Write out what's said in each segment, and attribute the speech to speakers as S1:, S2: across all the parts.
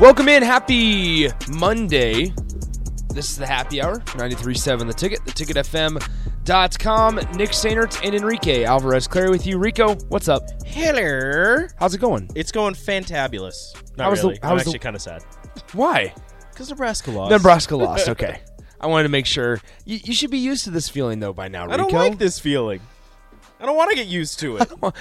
S1: Welcome in. Happy Monday. This is the happy hour 93.7 The Ticket, theticketfm.com. Nick Sainert and Enrique Alvarez Clary with you. Rico, what's up?
S2: Hello.
S1: How's it going?
S2: It's going fantabulous. Not
S1: How was the-
S2: really.
S1: how
S2: I'm
S1: was the-
S2: actually kind of sad
S1: Why?
S2: because Nebraska lost.
S1: Nebraska lost. Okay. I wanted to make sure. You, you should be used to this feeling, though, by now, Rico.
S2: I don't like this feeling. I don't want to get used to it.
S1: wa-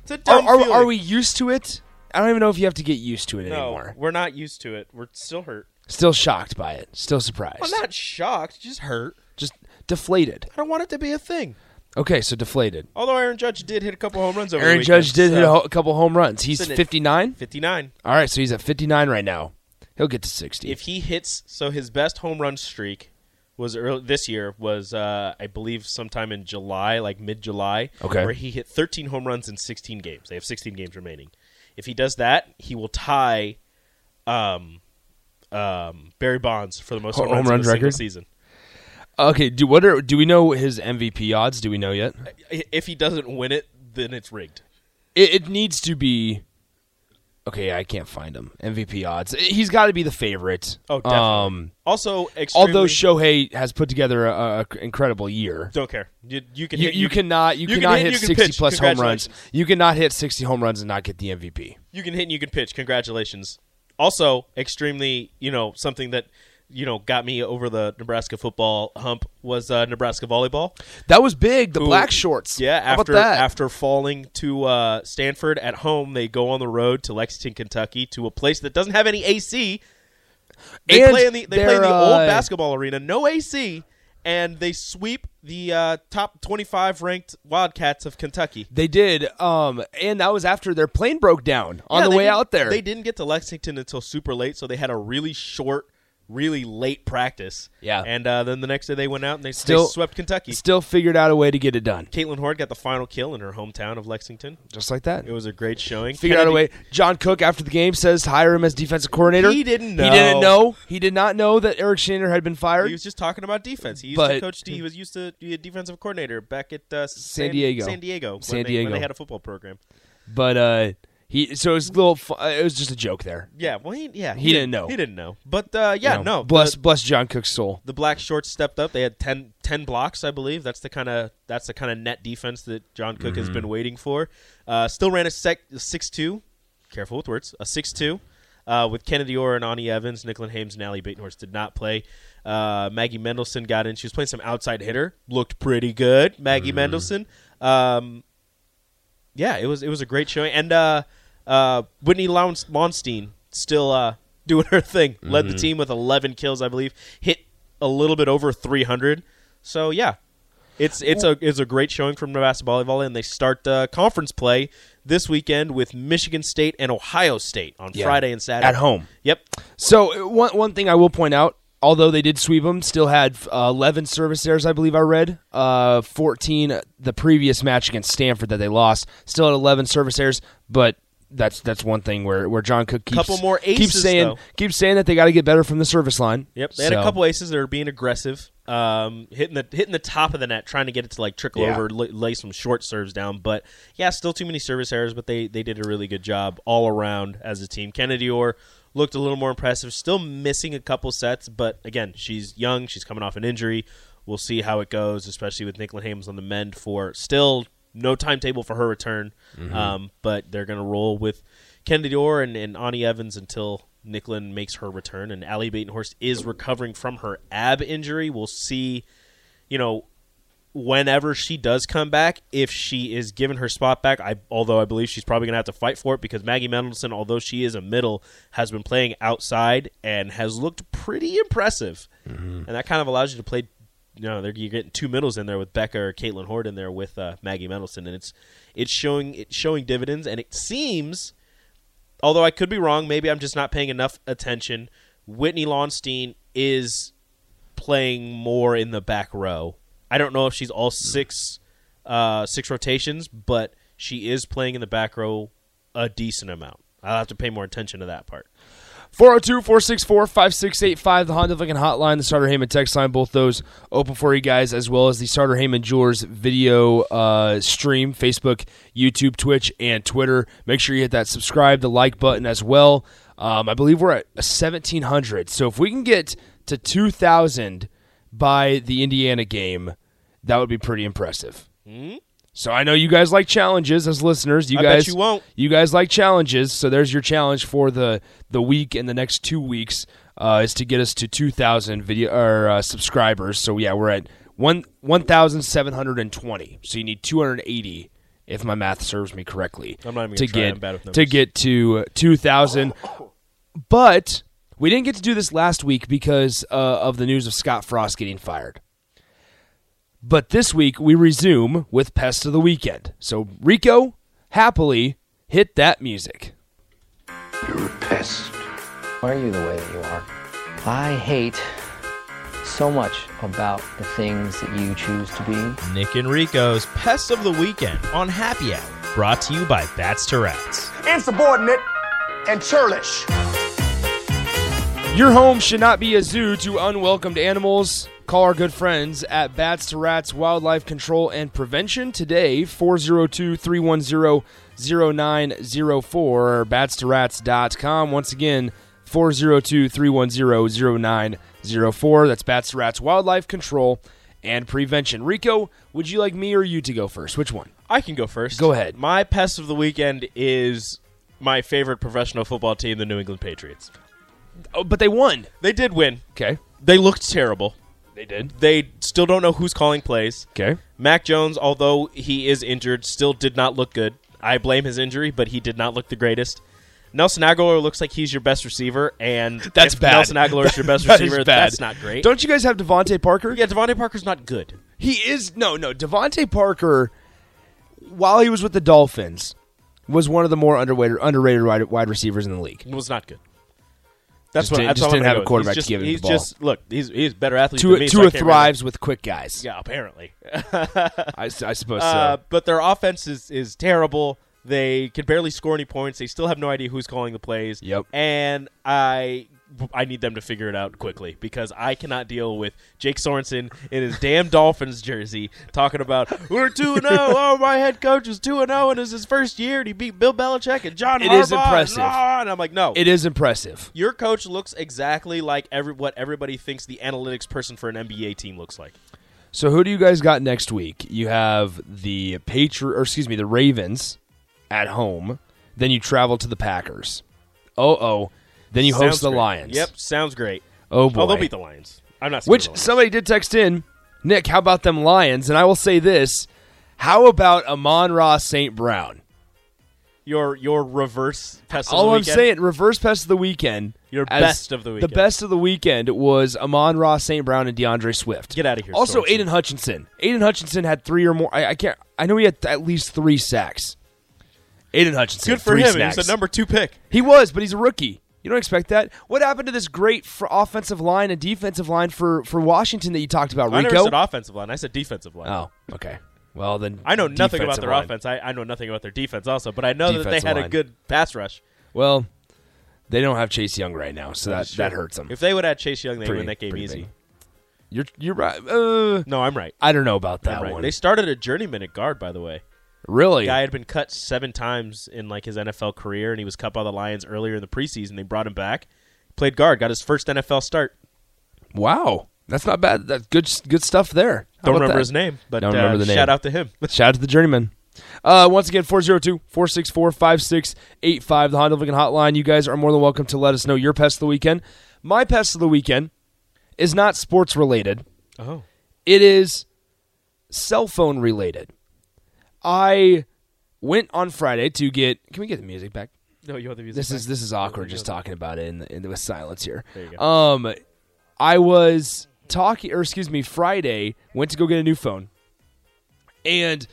S2: It's a
S1: Are,
S2: dumb
S1: are,
S2: feeling.
S1: are we used to it? I don't even know if you have to get used to it
S2: No,
S1: anymore.
S2: we're not used to it. We're still hurt.
S1: Still shocked by it. Still surprised.
S2: I'm not shocked. Just hurt.
S1: Just deflated.
S2: I don't want it to be a thing.
S1: Okay, so deflated.
S2: Although Aaron Judge did hit a couple home runs over the
S1: Aaron
S2: weekend,
S1: Judge did
S2: so-
S1: hit a, ho- a couple home runs. He's
S2: Isn't it-
S1: 59.
S2: 59.
S1: All right, so he's at 59 right now. He'll get to 60.
S2: If he hits, so his best home run streak was early, this year was uh, I believe sometime in July, like mid July,
S1: Okay.
S2: where he hit 13 home runs in 16 games. They have 16 games remaining. If he does that, he will tie um, um, Barry Bonds for the most
S1: Ho-
S2: home,
S1: home
S2: runs
S1: runs
S2: in a single
S1: record?
S2: season.
S1: okay, do what are do we know his MVP odds? Do we know yet?
S2: I- If he doesn't win it, then it's rigged.
S1: It, it needs to be Okay, I can't find him. MVP odds. I- He's got to be the favorite.
S2: Oh, definitely.
S1: Um,
S2: Also, extremely,
S1: although Shohei has put together a, a incredible year.
S2: don't care. You, you can
S1: You,
S2: hit,
S1: you cannot you,
S2: you can
S1: cannot
S2: hit,
S1: hit,
S2: you can
S1: 60
S2: pitch.
S1: plus home runs.
S2: Congratulations.
S1: You cannot hit 60 home runs and not get the MVP.
S2: you can hit and you can pitch. Congratulations. Also, extremely, you know, something that you know got me over the Nebraska football hump was uh, Nebraska volleyball.
S1: That was big. The
S2: who-
S1: black shorts.
S2: Yeah,
S1: How
S2: after
S1: about that?
S2: after falling to uh, Stanford at home, they go on the road to Lexington, Kentucky, to a place that doesn't have any AC. They
S1: And
S2: play in the they play in
S1: they're,
S2: the
S1: uh,
S2: old basketball arena, no AC, and they sweep the uh, top twenty five ranked Wildcats of Kentucky.
S1: They did, um, and that was after their plane broke down on
S2: Yeah,
S1: the
S2: they
S1: way
S2: didn't-
S1: out there.
S2: They didn't get to Lexington until super late, so they had a really short, really late practice.
S1: Yeah.
S2: and uh, then the next day they went out and they
S1: Still-
S2: still swept Kentucky.
S1: Still figured out a way to get it done,
S2: Caitlin Horde got the final kill in her hometown of Lexington.
S1: just like that.
S2: It was a great showing.
S1: Figured out a way.
S2: Kennedy-
S1: John Cook, after the game, says to hire him as defensive coordinator.
S2: He didn't
S1: He didn't
S2: know.
S1: know. He did not know that Eric Shander had been fired.
S2: He was just talking about defense. He used
S1: But-
S2: to coach. D, he was used to be a defensive coordinator back at uh,
S1: San Diego.
S2: San Diego. When
S1: San
S2: they,
S1: Diego.
S2: When they had a football program.
S1: but uh, he so it was a little. fu- uh, It was just a joke there.
S2: Yeah. Well, he, yeah.
S1: He didn't know.
S2: He didn't know. But uh, yeah,
S1: You know,
S2: no.
S1: Bless
S2: the-
S1: bless John Cook's soul.
S2: the black shorts stepped up. They had 10, 10 blocks, I believe. That's the kind of that's the kind of net defense that John Cook has been waiting for. Uh, still ran a sec six two. Careful with words. A six two. Uh, with Kennedy Orr and Ani Evans, Nicklin Hames and Allie Batenhorst did not play. Uh, Maggie Mendelson got in. She was playing some outside hitter. Looked pretty good, Maggie Mendelson. Um, yeah, it was it was a great showing. And uh, uh, Whitney Lon- Lonstein still uh, doing her thing. Led
S1: Mm-hmm.
S2: the team with 11 kills, I believe. Hit a little bit over 300. So yeah, it's it's a it's a great showing from Nebraska volleyball, and they start uh, conference play this weekend with Michigan State and Ohio State on
S1: Yeah.
S2: Friday and Saturday
S1: At home.
S2: Yep,
S1: So uh, one one thing I will point out, although they did sweep them, still had uh, eleven service errors, I believe I read. Uh, Fourteen the previous match against Stanford that they lost, still had eleven service errors, but. That's that's one thing where, where John Cook keeps
S2: Couple more
S1: keeps
S2: aces,
S1: saying
S2: though.
S1: keeps saying that they got to get better from the service line.
S2: yep. They had
S1: So,
S2: a couple aces that are being aggressive, um, hitting the hitting the top of the net, trying to get it to like trickle
S1: Yeah.
S2: over, lay, lay some short serves down. But yeah, still too many service errors. But they they did a really good job all around as a team. Kennedy Orr looked a little more impressive. Still missing a couple sets, but again, she's young. She's coming off an injury. We'll see how it goes, especially with Nicklin Hames on the mend for still no timetable for her return.
S1: Mm-hmm.
S2: Um, but they're going to roll with Kennedy Orr and, and Ani Evans until Nicklin makes her return. And Allie Batenhorst is recovering from her ab injury. We'll see, you know, whenever she does come back, if she is given her spot back, I although I believe she's probably going to have to fight for it because Maggie Mendelson, although she is a middle, has been playing outside and has looked pretty impressive, and that kind of allows you to play no, they're, you're getting two middles in there with Becca or Caitlin Horde in there with uh, Maggie Mendelson, and it's it's showing it's showing dividends, and it seems, although I could be wrong, maybe I'm just not paying enough attention. Whitney Lonstein is playing more in the back row. I don't know if she's all six uh, six rotations, but she is playing in the back row a decent amount. I'll have to pay more attention to that part.
S1: 402-464-5685, the Honda Lincoln Hotline, the Starter Heyman text line, both those open for you guys, as well as the Starter Heyman Jewelers video uh, stream, Facebook, YouTube, Twitch, and Twitter. Make sure you hit that subscribe, the like button as well. Um, I believe we're at 1,700. So if we can get to 2,000 by the Indiana game, that would be pretty impressive. So I know you guys like challenges as listeners. You
S2: I bet
S1: guys
S2: you won't.
S1: you guys like challenges, so there's your challenge for the the week and the next two weeks uh, is to get us to 2,000 video or uh, subscribers. So yeah, we're at one 1,720. So you need 280 if my math serves me correctly.
S2: I'm not even
S1: to
S2: gonna try.
S1: get
S2: I'm bad with
S1: to
S2: numbers.
S1: get to 2,000. But we didn't get to do this last week because uh, of the news of Scott Frost getting fired. But this week we resume with Pest of the Weekend. So Rico, happily, hit that music.
S3: Why are you the way that you are? I hate so much about the things that you choose to be.
S2: Nick and Rico's Pests of the Weekend on Happy Hour, brought to you by Bats to Rats.
S4: insubordinate, and churlish.
S1: Your home should not be a zoo to unwelcomed animals. Call our good friends at Bats to Rats Wildlife Control and Prevention today, 402 310 0904, bats to rats.com. Once again, 402 310 0904. That's Bats to Rats Wildlife Control and Prevention. Rico, would you like me or you to go first? Which one?
S2: I can go first.
S1: Go ahead.
S2: My Pest of the Weekend is my favorite professional football team, the New England Patriots.
S1: Oh, but they won.
S2: They did win.
S1: Okay.
S2: They looked terrible.
S1: They did.
S2: They still don't know who's calling plays.
S1: Okay.
S2: Mac Jones, although he is injured, still did not look good. I blame his injury, but he did not look the greatest. Nelson Aguilar looks like he's your best receiver, and
S1: That's
S2: if
S1: bad.
S2: Nelson Aguilar is your best
S1: That is
S2: receiver.
S1: bad.
S2: That's not great.
S1: Don't you guys have Devontae Parker?
S2: yeah, Devontae Parker's not good.
S1: He is no, no. Devonte Parker, while he was with the Dolphins, was one of the more underrated underrated wide, wide receivers in the league.
S2: was not good. That's
S1: Just
S2: what
S1: didn't-
S2: that's
S1: just
S2: all I'm
S1: didn't
S2: gonna
S1: have
S2: go
S1: a
S2: with.
S1: quarterback
S2: he's just,
S1: to give him the
S2: he's
S1: ball.
S2: Just look, he's he's a better athlete
S1: Tua,
S2: than me. so
S1: Tua
S2: I can't really-
S1: thrives with quick guys.
S2: Yeah, apparently.
S1: I, s- I suppose
S2: Uh,
S1: so.
S2: but their offense is, is terrible. They can barely score any points. They still have no idea who's calling the plays.
S1: Yep.
S2: And I I need them to figure it out quickly because I cannot deal with Jake Sorensen in his damn Dolphins jersey talking about we're two and zero. Oh, my head coach is two and zero, and it's his first year, and he beat Bill Belichick and John.
S1: It
S2: Harbaugh,
S1: is impressive.
S2: And, ah, and I'm like, no,
S1: It is impressive.
S2: your coach looks exactly like every what everybody thinks the analytics person for an NBA team looks like.
S1: So who do you guys got next week? You have the Patri- or excuse me, the Ravens at home. Then you travel to the Packers. Oh oh. Then you
S2: Sounds
S1: host the
S2: great.
S1: Lions.
S2: Yep, sounds great.
S1: Oh boy.
S2: Oh, they'll beat the Lions. I'm not. scared
S1: Which
S2: of the Lions.
S1: somebody did text in, Nick, how about them Lions? And I will say this How about Amon Ross St. Brown?
S2: your your reverse pest. of
S1: All
S2: the
S1: I'm
S2: weekend?
S1: saying, reverse pest of the weekend.
S2: Your
S1: as-
S2: best of the weekend.
S1: The best of the weekend was Amon Ross St. Brown and DeAndre Swift.
S2: Get outta here,
S1: Also,
S2: Sorensen.
S1: Aiden Hutchinson. Aiden Hutchinson had three or more. I, I can't. I know he had at least three sacks. Aiden Hutchinson.
S2: good for
S1: three
S2: him.
S1: Sacks.
S2: He's a number two pick.
S1: He was, but he's a rookie. You don't expect that. What happened to this great fr offensive line and defensive line for, for Washington that you talked about, Rico?
S2: I never said offensive line. I said defensive line.
S1: Oh, okay. Well, then
S2: I know nothing about
S1: defensive
S2: their
S1: line.
S2: offense. I, I know nothing about their defense also, but I know that
S1: Defensive
S2: they had a
S1: line.
S2: good pass rush.
S1: Well, they don't have Chase Young right now, so that, that hurts them.
S2: If they would have Chase Young, they
S1: Pretty-
S2: win that game
S1: pretty
S2: easy.
S1: big. You're you're right. Uh,
S2: No, I'm right.
S1: I don't know about
S2: I'm
S1: that
S2: right.
S1: one.
S2: They started a journeyman at guard, by the way.
S1: really?
S2: guy had been cut seven times in like his NFL career, and he was cut by the Lions earlier in the preseason. They brought him back, played guard, got his first NFL start.
S1: wow, that's not bad. That's good good stuff there. How
S2: Don't
S1: about
S2: remember
S1: that?
S2: his name, but
S1: Don't
S2: uh,
S1: remember the name.
S2: shout out to him.
S1: Shout out to the journeyman. Uh, once again, 402 464 5685, the Honda Lincoln Hotline. You guys are more than welcome to let us know your pest of the weekend. My pest of the weekend is not sports related.
S2: oh,
S1: it is cell phone related. I went on Friday to get. Can we get the music back?
S2: no, you have the music.
S1: This
S2: back.
S1: is this is awkward just talking about it in, in with silence here.
S2: you go.
S1: Um, I was talking, or excuse me, Friday went to go get a new phone, and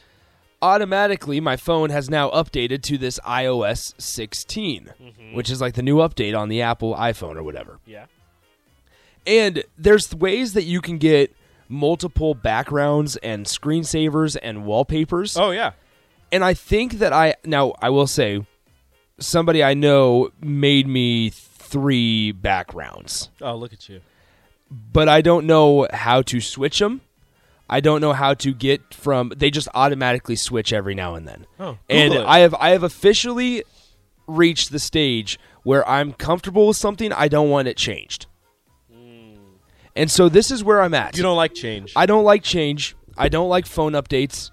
S1: automatically my phone has now updated to this iOS 16, which is like the new update on the Apple iPhone or whatever.
S2: Yeah.
S1: And there's ways that you can get multiple backgrounds and screensavers and wallpapers
S2: Oh yeah.
S1: and I think that I now I will say somebody I know made me three backgrounds,
S2: Oh look at you.
S1: but I don't know how to switch them. I don't know how to get from they just automatically switch every now and then.
S2: Oh, Google
S1: and
S2: it.
S1: I have I have officially reached the stage where I'm comfortable with something I don't want it changed. And so this is where I'm at.
S2: Hmm. You don't like change.
S1: I don't like change. I don't like phone updates.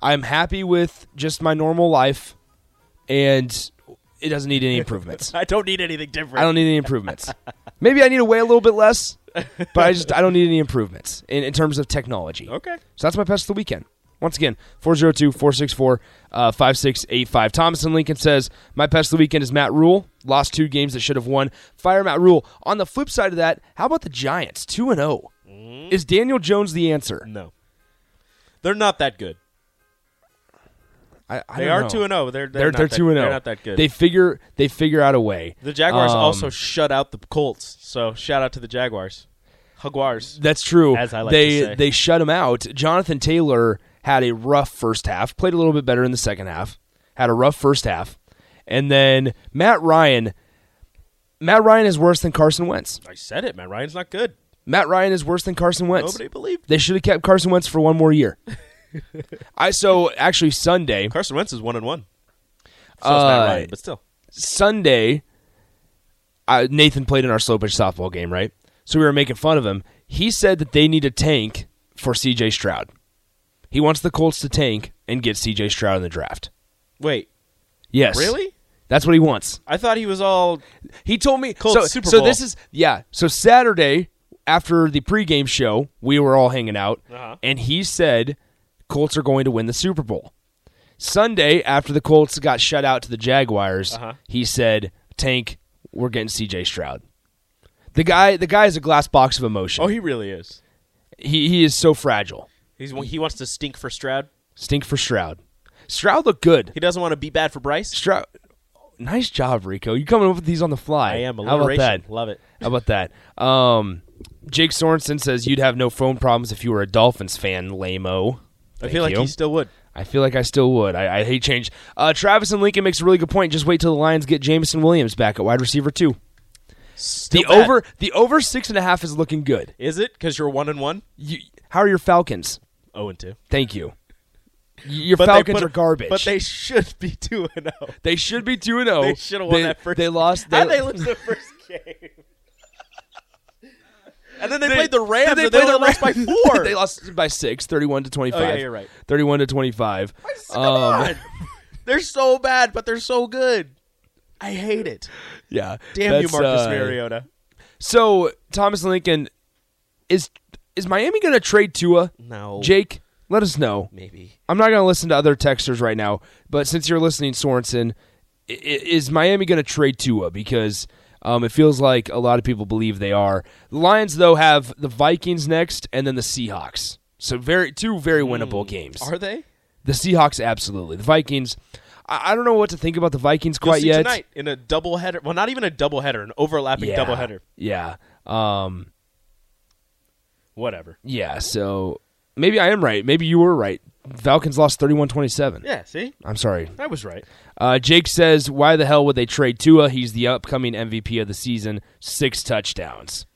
S1: I'm happy with just my normal life, and it doesn't need any improvements.
S2: I don't need anything different.
S1: I don't need any improvements. Maybe I need to weigh a little bit less, but I just I don't need any improvements in, in terms of technology.
S2: Okay.
S1: So that's my pest of the weekend. Once again, 402 464 5685. Thomason Lincoln says, My pest of the weekend is Matt Rule. Lost two games that should have won. Fire Matt Rule. On the flip side of that, how about the Giants? 2 and 0. Is Daniel Jones the answer?
S2: No. They're not that good.
S1: I, I
S2: They
S1: don't
S2: are
S1: know.
S2: two and zero. They're
S1: They're
S2: not
S1: they're
S2: that-
S1: two and zero.
S2: They're not that good.
S1: They figure they figure out a way.
S2: the Jaguars
S1: Um,
S2: also shut out the Colts. So shout out to the Jaguars. Jaguars.
S1: That's true.
S2: As I like
S1: they
S2: to say.
S1: they shut him out. Jonathan Taylor had a rough first half. Played a little bit better in the second half. Had a rough first half, and then Matt Ryan. Matt Ryan is worse than Carson Wentz.
S2: I said it, man. Ryan's not good.
S1: Matt Ryan is worse than Carson Wentz.
S2: Nobody believed.
S1: They should have kept Carson Wentz for one more year. I so actually Sunday.
S2: Carson Wentz is one and one. So is Matt
S1: Uh,
S2: Ryan, but still.
S1: Sunday, uh, Nathan played in our slow pitch softball game, right? So we were making fun of him. He said that they need a tank for CJ Stroud. He wants the Colts to tank and get CJ Stroud in the draft.
S2: Wait,
S1: Yes.
S2: really?
S1: That's what he wants.
S2: I thought he was all.
S1: He told me
S2: Colts
S1: so,
S2: Super
S1: so
S2: Bowl.
S1: this is yeah. So Saturday after the pregame show, we were all hanging out
S2: Uh-huh.
S1: and he said Colts are going to win the Super Bowl. Sunday after the Colts got shut out to the Jaguars,
S2: Uh-huh.
S1: he said, "Tank, we're getting CJ Stroud." The guy the guy is a glass box of emotion.
S2: Oh, he really is.
S1: he he is so fragile.
S2: He's he wants to stink for Stroud.
S1: Stink for Stroud. Stroud looked good.
S2: He doesn't want to be bad for Bryce.
S1: Stroud Nice job, Rico. You coming up with these on the fly.
S2: I am a
S1: How about that?
S2: Love it.
S1: How about that? Um, Jake Sorensen says you'd have no phone problems if you were a Dolphins fan, lameo.
S2: I feel like he still would.
S1: I feel like I still would. I, I hate change. Uh, Travis and Lincoln makes a really good point. Just wait till the Lions get Jameson Williams back at wide receiver too.
S2: Still
S1: The
S2: bad.
S1: over the over six and a half is looking good.
S2: is it because you're one and one?
S1: You, how are your Falcons?
S2: Oh and two.
S1: Thank you. Y- Your
S2: But they
S1: Falcons
S2: put-
S1: are garbage.
S2: But they should be two and zero.
S1: they should be two and zero.
S2: They should have won that first.
S1: Oh, They lost.
S2: How they lose the first game? and then they, played the Rams.
S1: Did
S2: and
S1: play
S2: they
S1: the
S2: only lost by
S1: Rams?
S2: four.
S1: they lost by six, 31 to 25.
S2: Oh, yeah, you're right.
S1: 31 to 25. Um,
S2: They're so bad, but they're so good. I hate it.
S1: yeah.
S2: Damn you,
S1: that's,
S2: Marcus
S1: uh,
S2: Mariota.
S1: So, Thomas Lincoln, is is Miami going to trade Tua?
S2: No,
S1: Jake, let us know.
S2: Maybe.
S1: I'm not going to listen to other texters right now, but since you're listening, Sorensen, i- i- is Miami going to trade Tua? Because um, it feels like a lot of people believe they are. The Lions, though, have the Vikings next and then the Seahawks. So very two very winnable games.
S2: Hmm. Are they?
S1: The Seahawks, absolutely. The Vikings, I, I don't know what to think about the Vikings
S2: You'll
S1: quite
S2: see
S1: yet.
S2: tonight in a double header. Well, not even a double header, an overlapping
S1: yeah,
S2: double header.
S1: Yeah. Um,
S2: Whatever.
S1: yeah, so maybe I am right. Maybe you were right. Falcons lost 31 27.
S2: Yeah. See,
S1: I'm sorry.
S2: I was right.
S1: Uh, Jake says, why the hell would they trade Tua? He's the upcoming MVP of the season, six touchdowns.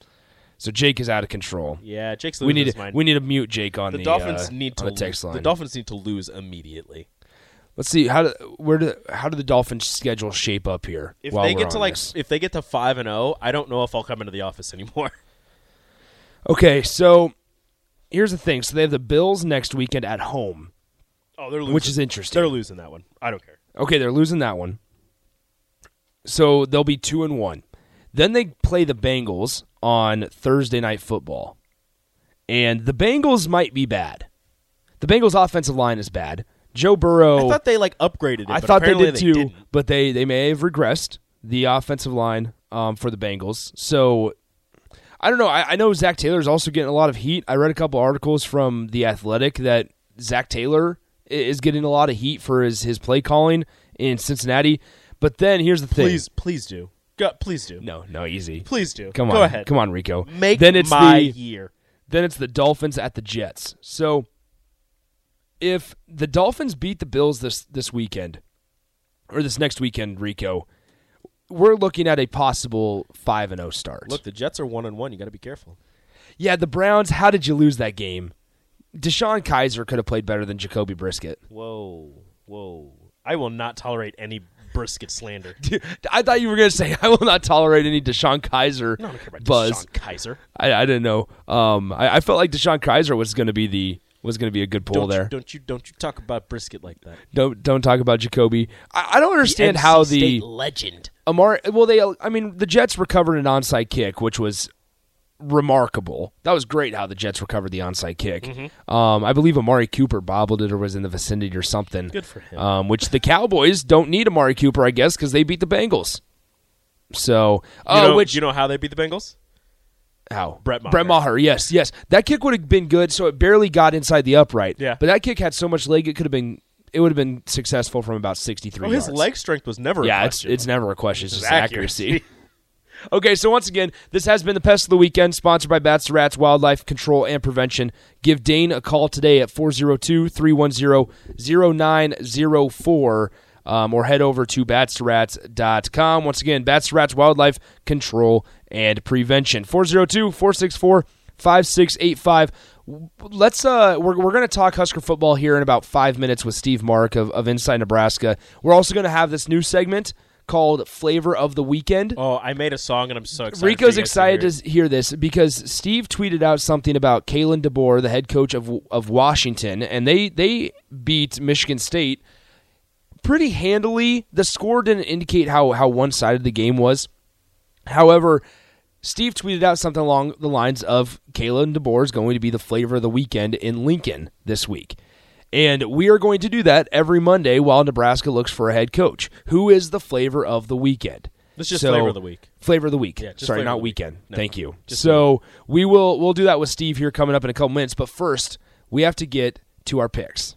S1: So Jake is out of control.
S2: Yeah, Jake's losing
S1: We need
S2: his
S1: to,
S2: mind.
S1: we need to mute Jake on
S2: the,
S1: the,
S2: Dolphins
S1: uh,
S2: need to
S1: on the text
S2: lo-
S1: line.
S2: The Dolphins need to lose immediately.
S1: Let's see how do, where do how do the Dolphins schedule shape up here?
S2: If
S1: while
S2: they
S1: we're
S2: get to
S1: on
S2: like,
S1: this?
S2: if they get to five and zero, I don't know if I'll come into the office anymore.
S1: okay, so here's the thing. So they have the Bills next weekend at home,
S2: Oh, they're losing.
S1: which is interesting.
S2: they're losing that one. I don't care.
S1: Okay, they're losing that one. So they'll be two and one. Then they play the Bengals on Thursday night football. And the Bengals might be bad. The Bengals offensive line is bad. Joe Burrow
S2: I thought they like upgraded it.
S1: Oh. I
S2: but
S1: thought they
S2: apparently
S1: did too,
S2: didn't.
S1: but they they may have regressed the offensive line um, for the Bengals. So I don't know. I, I know Zach Taylor's also getting a lot of heat. I read a couple articles from The Athletic that Zach Taylor i- is getting a lot of heat for his, his play calling in Cincinnati. But then here's the thing.
S2: Please, please do. Go, please do.
S1: No, no, easy.
S2: Please do.
S1: Come on.
S2: Go ahead.
S1: Come on, Rico.
S2: Make
S1: then it's
S2: my
S1: the,
S2: year.
S1: Then it's the Dolphins at the Jets. So if the Dolphins beat the Bills this this weekend or this next weekend, Rico, we're looking at a possible 5 and 0 start.
S2: Look, the Jets are one and one. You got to be careful.
S1: yeah, the Browns, how did you lose that game? Deshaun Kaiser could have played better than Jacoby Brisket.
S2: Whoa, whoa! I will not tolerate any brisket slander.
S1: I thought you were going to say I will not tolerate any Deshaun Kaiser
S2: I don't care about
S1: buzz.
S2: Deshaun Kaiser.
S1: I, I didn't know. Um, I, I felt like Deshaun Kaiser was going to be the was going to be a good pull
S2: Don't
S1: there.
S2: you, don't you don't you talk about brisket like that?
S1: don't don't talk about Jacoby. I, I don't understand how
S2: NC
S1: the
S2: State legend.
S1: Amari. Well, they. I mean, the Jets recovered an onside kick, which was remarkable. That was great how the Jets recovered the onside kick.
S2: Mm-hmm.
S1: Um, I believe Amari Cooper bobbled it or was in the vicinity or something.
S2: Good for him.
S1: Um, which the Cowboys don't need Amari Cooper, I guess, because they beat the Bengals. So,
S2: You
S1: oh,
S2: know,
S1: which
S2: you know how they beat the Bengals?
S1: How?
S2: Brett Maher.
S1: Brett Maher, yes, yes. That kick would have been good, so it barely got inside the upright.
S2: Yeah.
S1: But that kick had so much leg, it could have been, it would have been successful from about 63
S2: Oh, his
S1: yards.
S2: leg strength was never.
S1: Yeah,
S2: a
S1: it's,
S2: question.
S1: it's never a question. It's just accuracy.
S2: accuracy.
S1: okay, so once again, this has been the Pest of the Weekend, sponsored by Bats to Rats Wildlife Control and Prevention. Give Dane a call today at 402 310 0904 um, or head over to batstorats.com. Once again, Bats to Rats Wildlife Control and Prevention. 402 464 5685. Let's uh we're, we're going to talk Husker football here in about 5 minutes with Steve Mark of, of Inside Nebraska. We're also going to have this new segment called Flavor of the Weekend.
S2: Oh, I made a song and I'm so excited.
S1: Rico's
S2: for you guys to hear
S1: excited to
S2: it.
S1: s- hear this because Steve tweeted out something about Kalen DeBoer, the head coach of of Washington, and they they beat Michigan State pretty handily. The score didn't indicate how how one sided the game was. However, Steve tweeted out something along the lines of Kalen DeBoer is going to be the flavor of the weekend in Lincoln this week. And we are going to do that every Monday while Nebraska looks for a head coach. Who is the flavor of the weekend?
S2: Let's just flavor of the week.
S1: Flavor of the week.
S2: Yeah, just
S1: Sorry,
S2: flavor of
S1: not
S2: the week.
S1: weekend.
S2: No,
S1: Thank you.
S2: just
S1: So we will we'll do that with Steve here coming up in a couple minutes. But first, we have to get to our picks.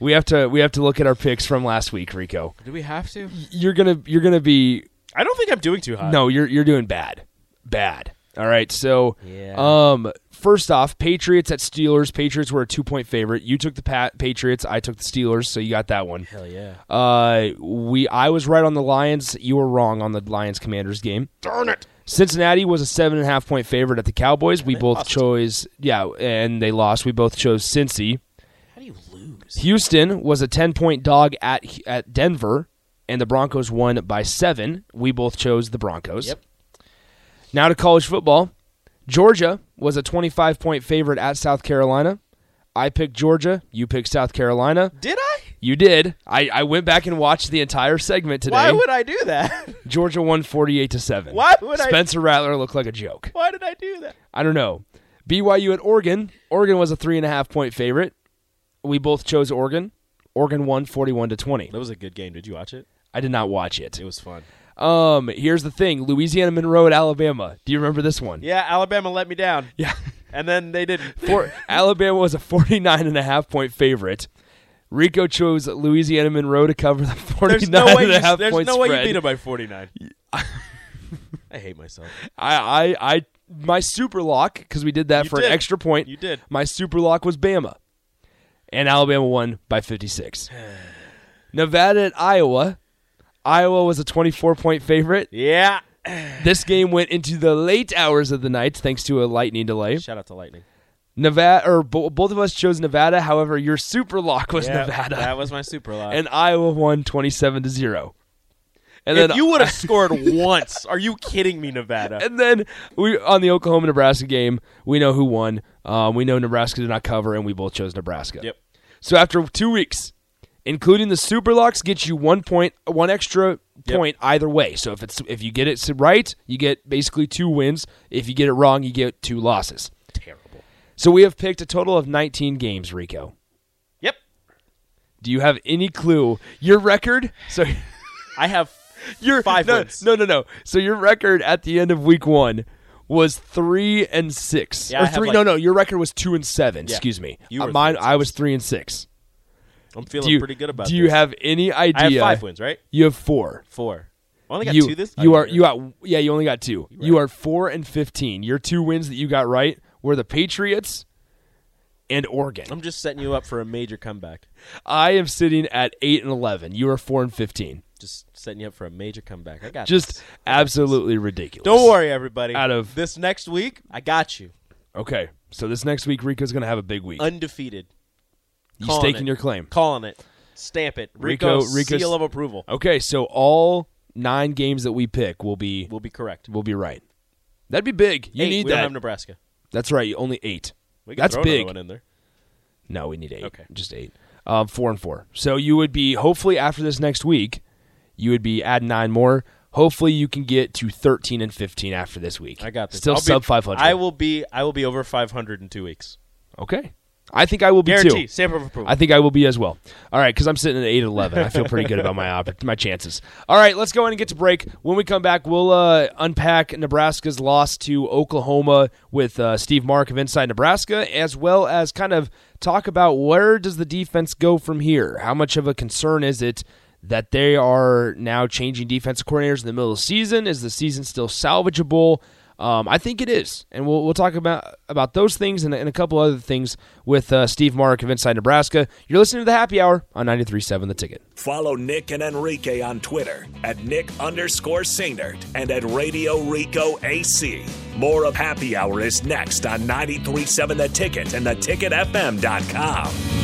S1: We have to we have to look at our picks from last week, Rico.
S2: Do we have to?
S1: You're gonna you're gonna be
S2: I don't think I'm doing too hot.
S1: no, you're you're doing bad, bad. All right, so
S2: Yeah.
S1: um, first off, Patriots at Steelers. Patriots were a two point favorite. You took the Pat- Patriots. I took the Steelers. So you got that one.
S2: Hell yeah.
S1: Uh, we I was right on the Lions. You were wrong on the Lions Commanders game. Darn it! Cincinnati was a seven and a half point favorite at the Cowboys. we both chose yeah, and they lost. We both chose Cincy.
S2: How do you lose?
S1: Houston was a ten point dog at at Denver, and the Broncos won by seven. We both chose the Broncos.
S2: Yep.
S1: Now to college football. Georgia was a 25 point favorite at South Carolina. I picked Georgia. You picked South Carolina.
S2: Did I?
S1: You did. I, I went back and watched the entire segment today.
S2: Why would I do that?
S1: Georgia won 48 to 7.
S2: Why would I-
S1: Spencer Rattler looked like a joke.
S2: Why did I do that?
S1: I don't know. BYU at Oregon. Oregon was a three and a half point favorite. We both chose Oregon. Oregon won 41 to 20.
S2: That was a good game. Did you watch it?
S1: I did not watch it.
S2: It was fun.
S1: Um, here's the thing Louisiana Monroe at Alabama. Do you remember this one?
S2: Yeah, Alabama let me down.
S1: Yeah.
S2: And then they didn't.
S1: Four, Alabama was a 49 and a half point favorite. Rico chose Louisiana Monroe to cover the 49
S2: There's no way
S1: and
S2: you,
S1: a half
S2: there's
S1: point
S2: no way
S1: spread.
S2: you beat them by 49. I hate myself.
S1: I, I, I, my super lock because we did that
S2: You
S1: for an
S2: did.
S1: extra point.
S2: You did.
S1: My super lock was Bama, and Alabama won by 56. Nevada at Iowa. Iowa was a 24 point favorite.
S2: Yeah.
S1: This game went into the late hours of the night thanks to a lightning delay.
S2: Shout out to Lightning.
S1: Nevada, or bo- both of us chose Nevada. However, your super lock was
S2: Yeah,
S1: Nevada,
S2: That was my super lot.
S1: and Iowa won 27 to zero. And
S2: if
S1: then
S2: you would have scored once, are you kidding me, Nevada?
S1: and then we on the Oklahoma Nebraska game, we know who won. Um, we know Nebraska did not cover, and we both chose Nebraska.
S2: Yep.
S1: So after two weeks, including the super locks, gets you one point, one extra
S2: Yep.
S1: point either way. So if it's if you get it right, you get basically two wins. If you get it wrong, you get two losses.
S2: Terrible.
S1: So we have picked a total of 19 games, Rico.
S2: Yep.
S1: Do you have any clue your record? So
S2: I have
S1: your
S2: five
S1: no,
S2: wins.
S1: No, no, no. So your record at the end of week one was three and six.
S2: Yeah, I
S1: or
S2: have,
S1: three?
S2: like-
S1: no, no. Your record was two and seven.
S2: Yeah.
S1: Excuse me.
S2: You
S1: Uh,
S2: were
S1: mine.
S2: three and
S1: I was three and six.
S2: I'm feeling
S1: Do you,
S2: pretty good about.
S1: Do you
S2: this.
S1: have any idea?
S2: I have five wins, right?
S1: You have four.
S2: Four. I only got
S1: you,
S2: two this.
S1: You
S2: I
S1: are
S2: didn't
S1: you got yeah. You only got two. You are four and fifteen. Your two wins that you got right were the Patriots and Oregon.
S2: I'm just setting you up for a major comeback.
S1: I am sitting at eight and eleven. You are four and fifteen.
S2: Just setting you up for a major comeback. I got
S1: Just
S2: this.
S1: absolutely ridiculous.
S2: Don't worry, everybody.
S1: Out of-
S2: this next week, I got you.
S1: Okay, so this next week Rico's gonna have a big week.
S2: Undefeated.
S1: You
S2: Calling
S1: staking
S2: it.
S1: your claim.
S2: Calling it. Stamp it.
S1: Rico-
S2: Rico.
S1: Rico's-
S2: seal of approval.
S1: Okay, so all nine games that we pick will be
S2: Will be correct.
S1: will be right. That'd be big. You
S2: Eight,
S1: need
S2: we
S1: that.
S2: Don't have Nebraska.
S1: That's right. You only eight.
S2: We can
S1: That's
S2: throw another
S1: big.
S2: One in there.
S1: No, we need eight.
S2: Okay.
S1: just eight. Um, four and four. So you would be hopefully after this next week, you would be add nine more. Hopefully you can get to thirteen and fifteen after this week.
S2: I got this.
S1: Still
S2: I'll be-
S1: sub five hundred.
S2: I will be. I will be over 500 in two weeks.
S1: Okay. I think I will be
S2: Guarantee.
S1: too.
S2: Stamp of approval.
S1: I think I will be as well. All right, because I'm sitting at eight eleven. I feel pretty good about my op- my chances. All right, let's go in and get to break. When we come back, we'll uh, unpack Nebraska's loss to Oklahoma with uh, Steve Mark of Inside Nebraska, as well as kind of talk about where does the defense go from here. How much of a concern is it? That they are now changing defensive coordinators in the middle of the season. Is the season still salvageable? Um, I think it is, and we'll, we'll talk about about those things and, and a couple other things with uh, Steve Mark of Inside Nebraska. You're listening to the Happy Hour on 93.7 The Ticket.
S5: Follow Nick and Enrique on Twitter at Nick underscore Sainert and at Radio Rico AC. More of Happy Hour is next on 93.7 The Ticket and theticketfm.com.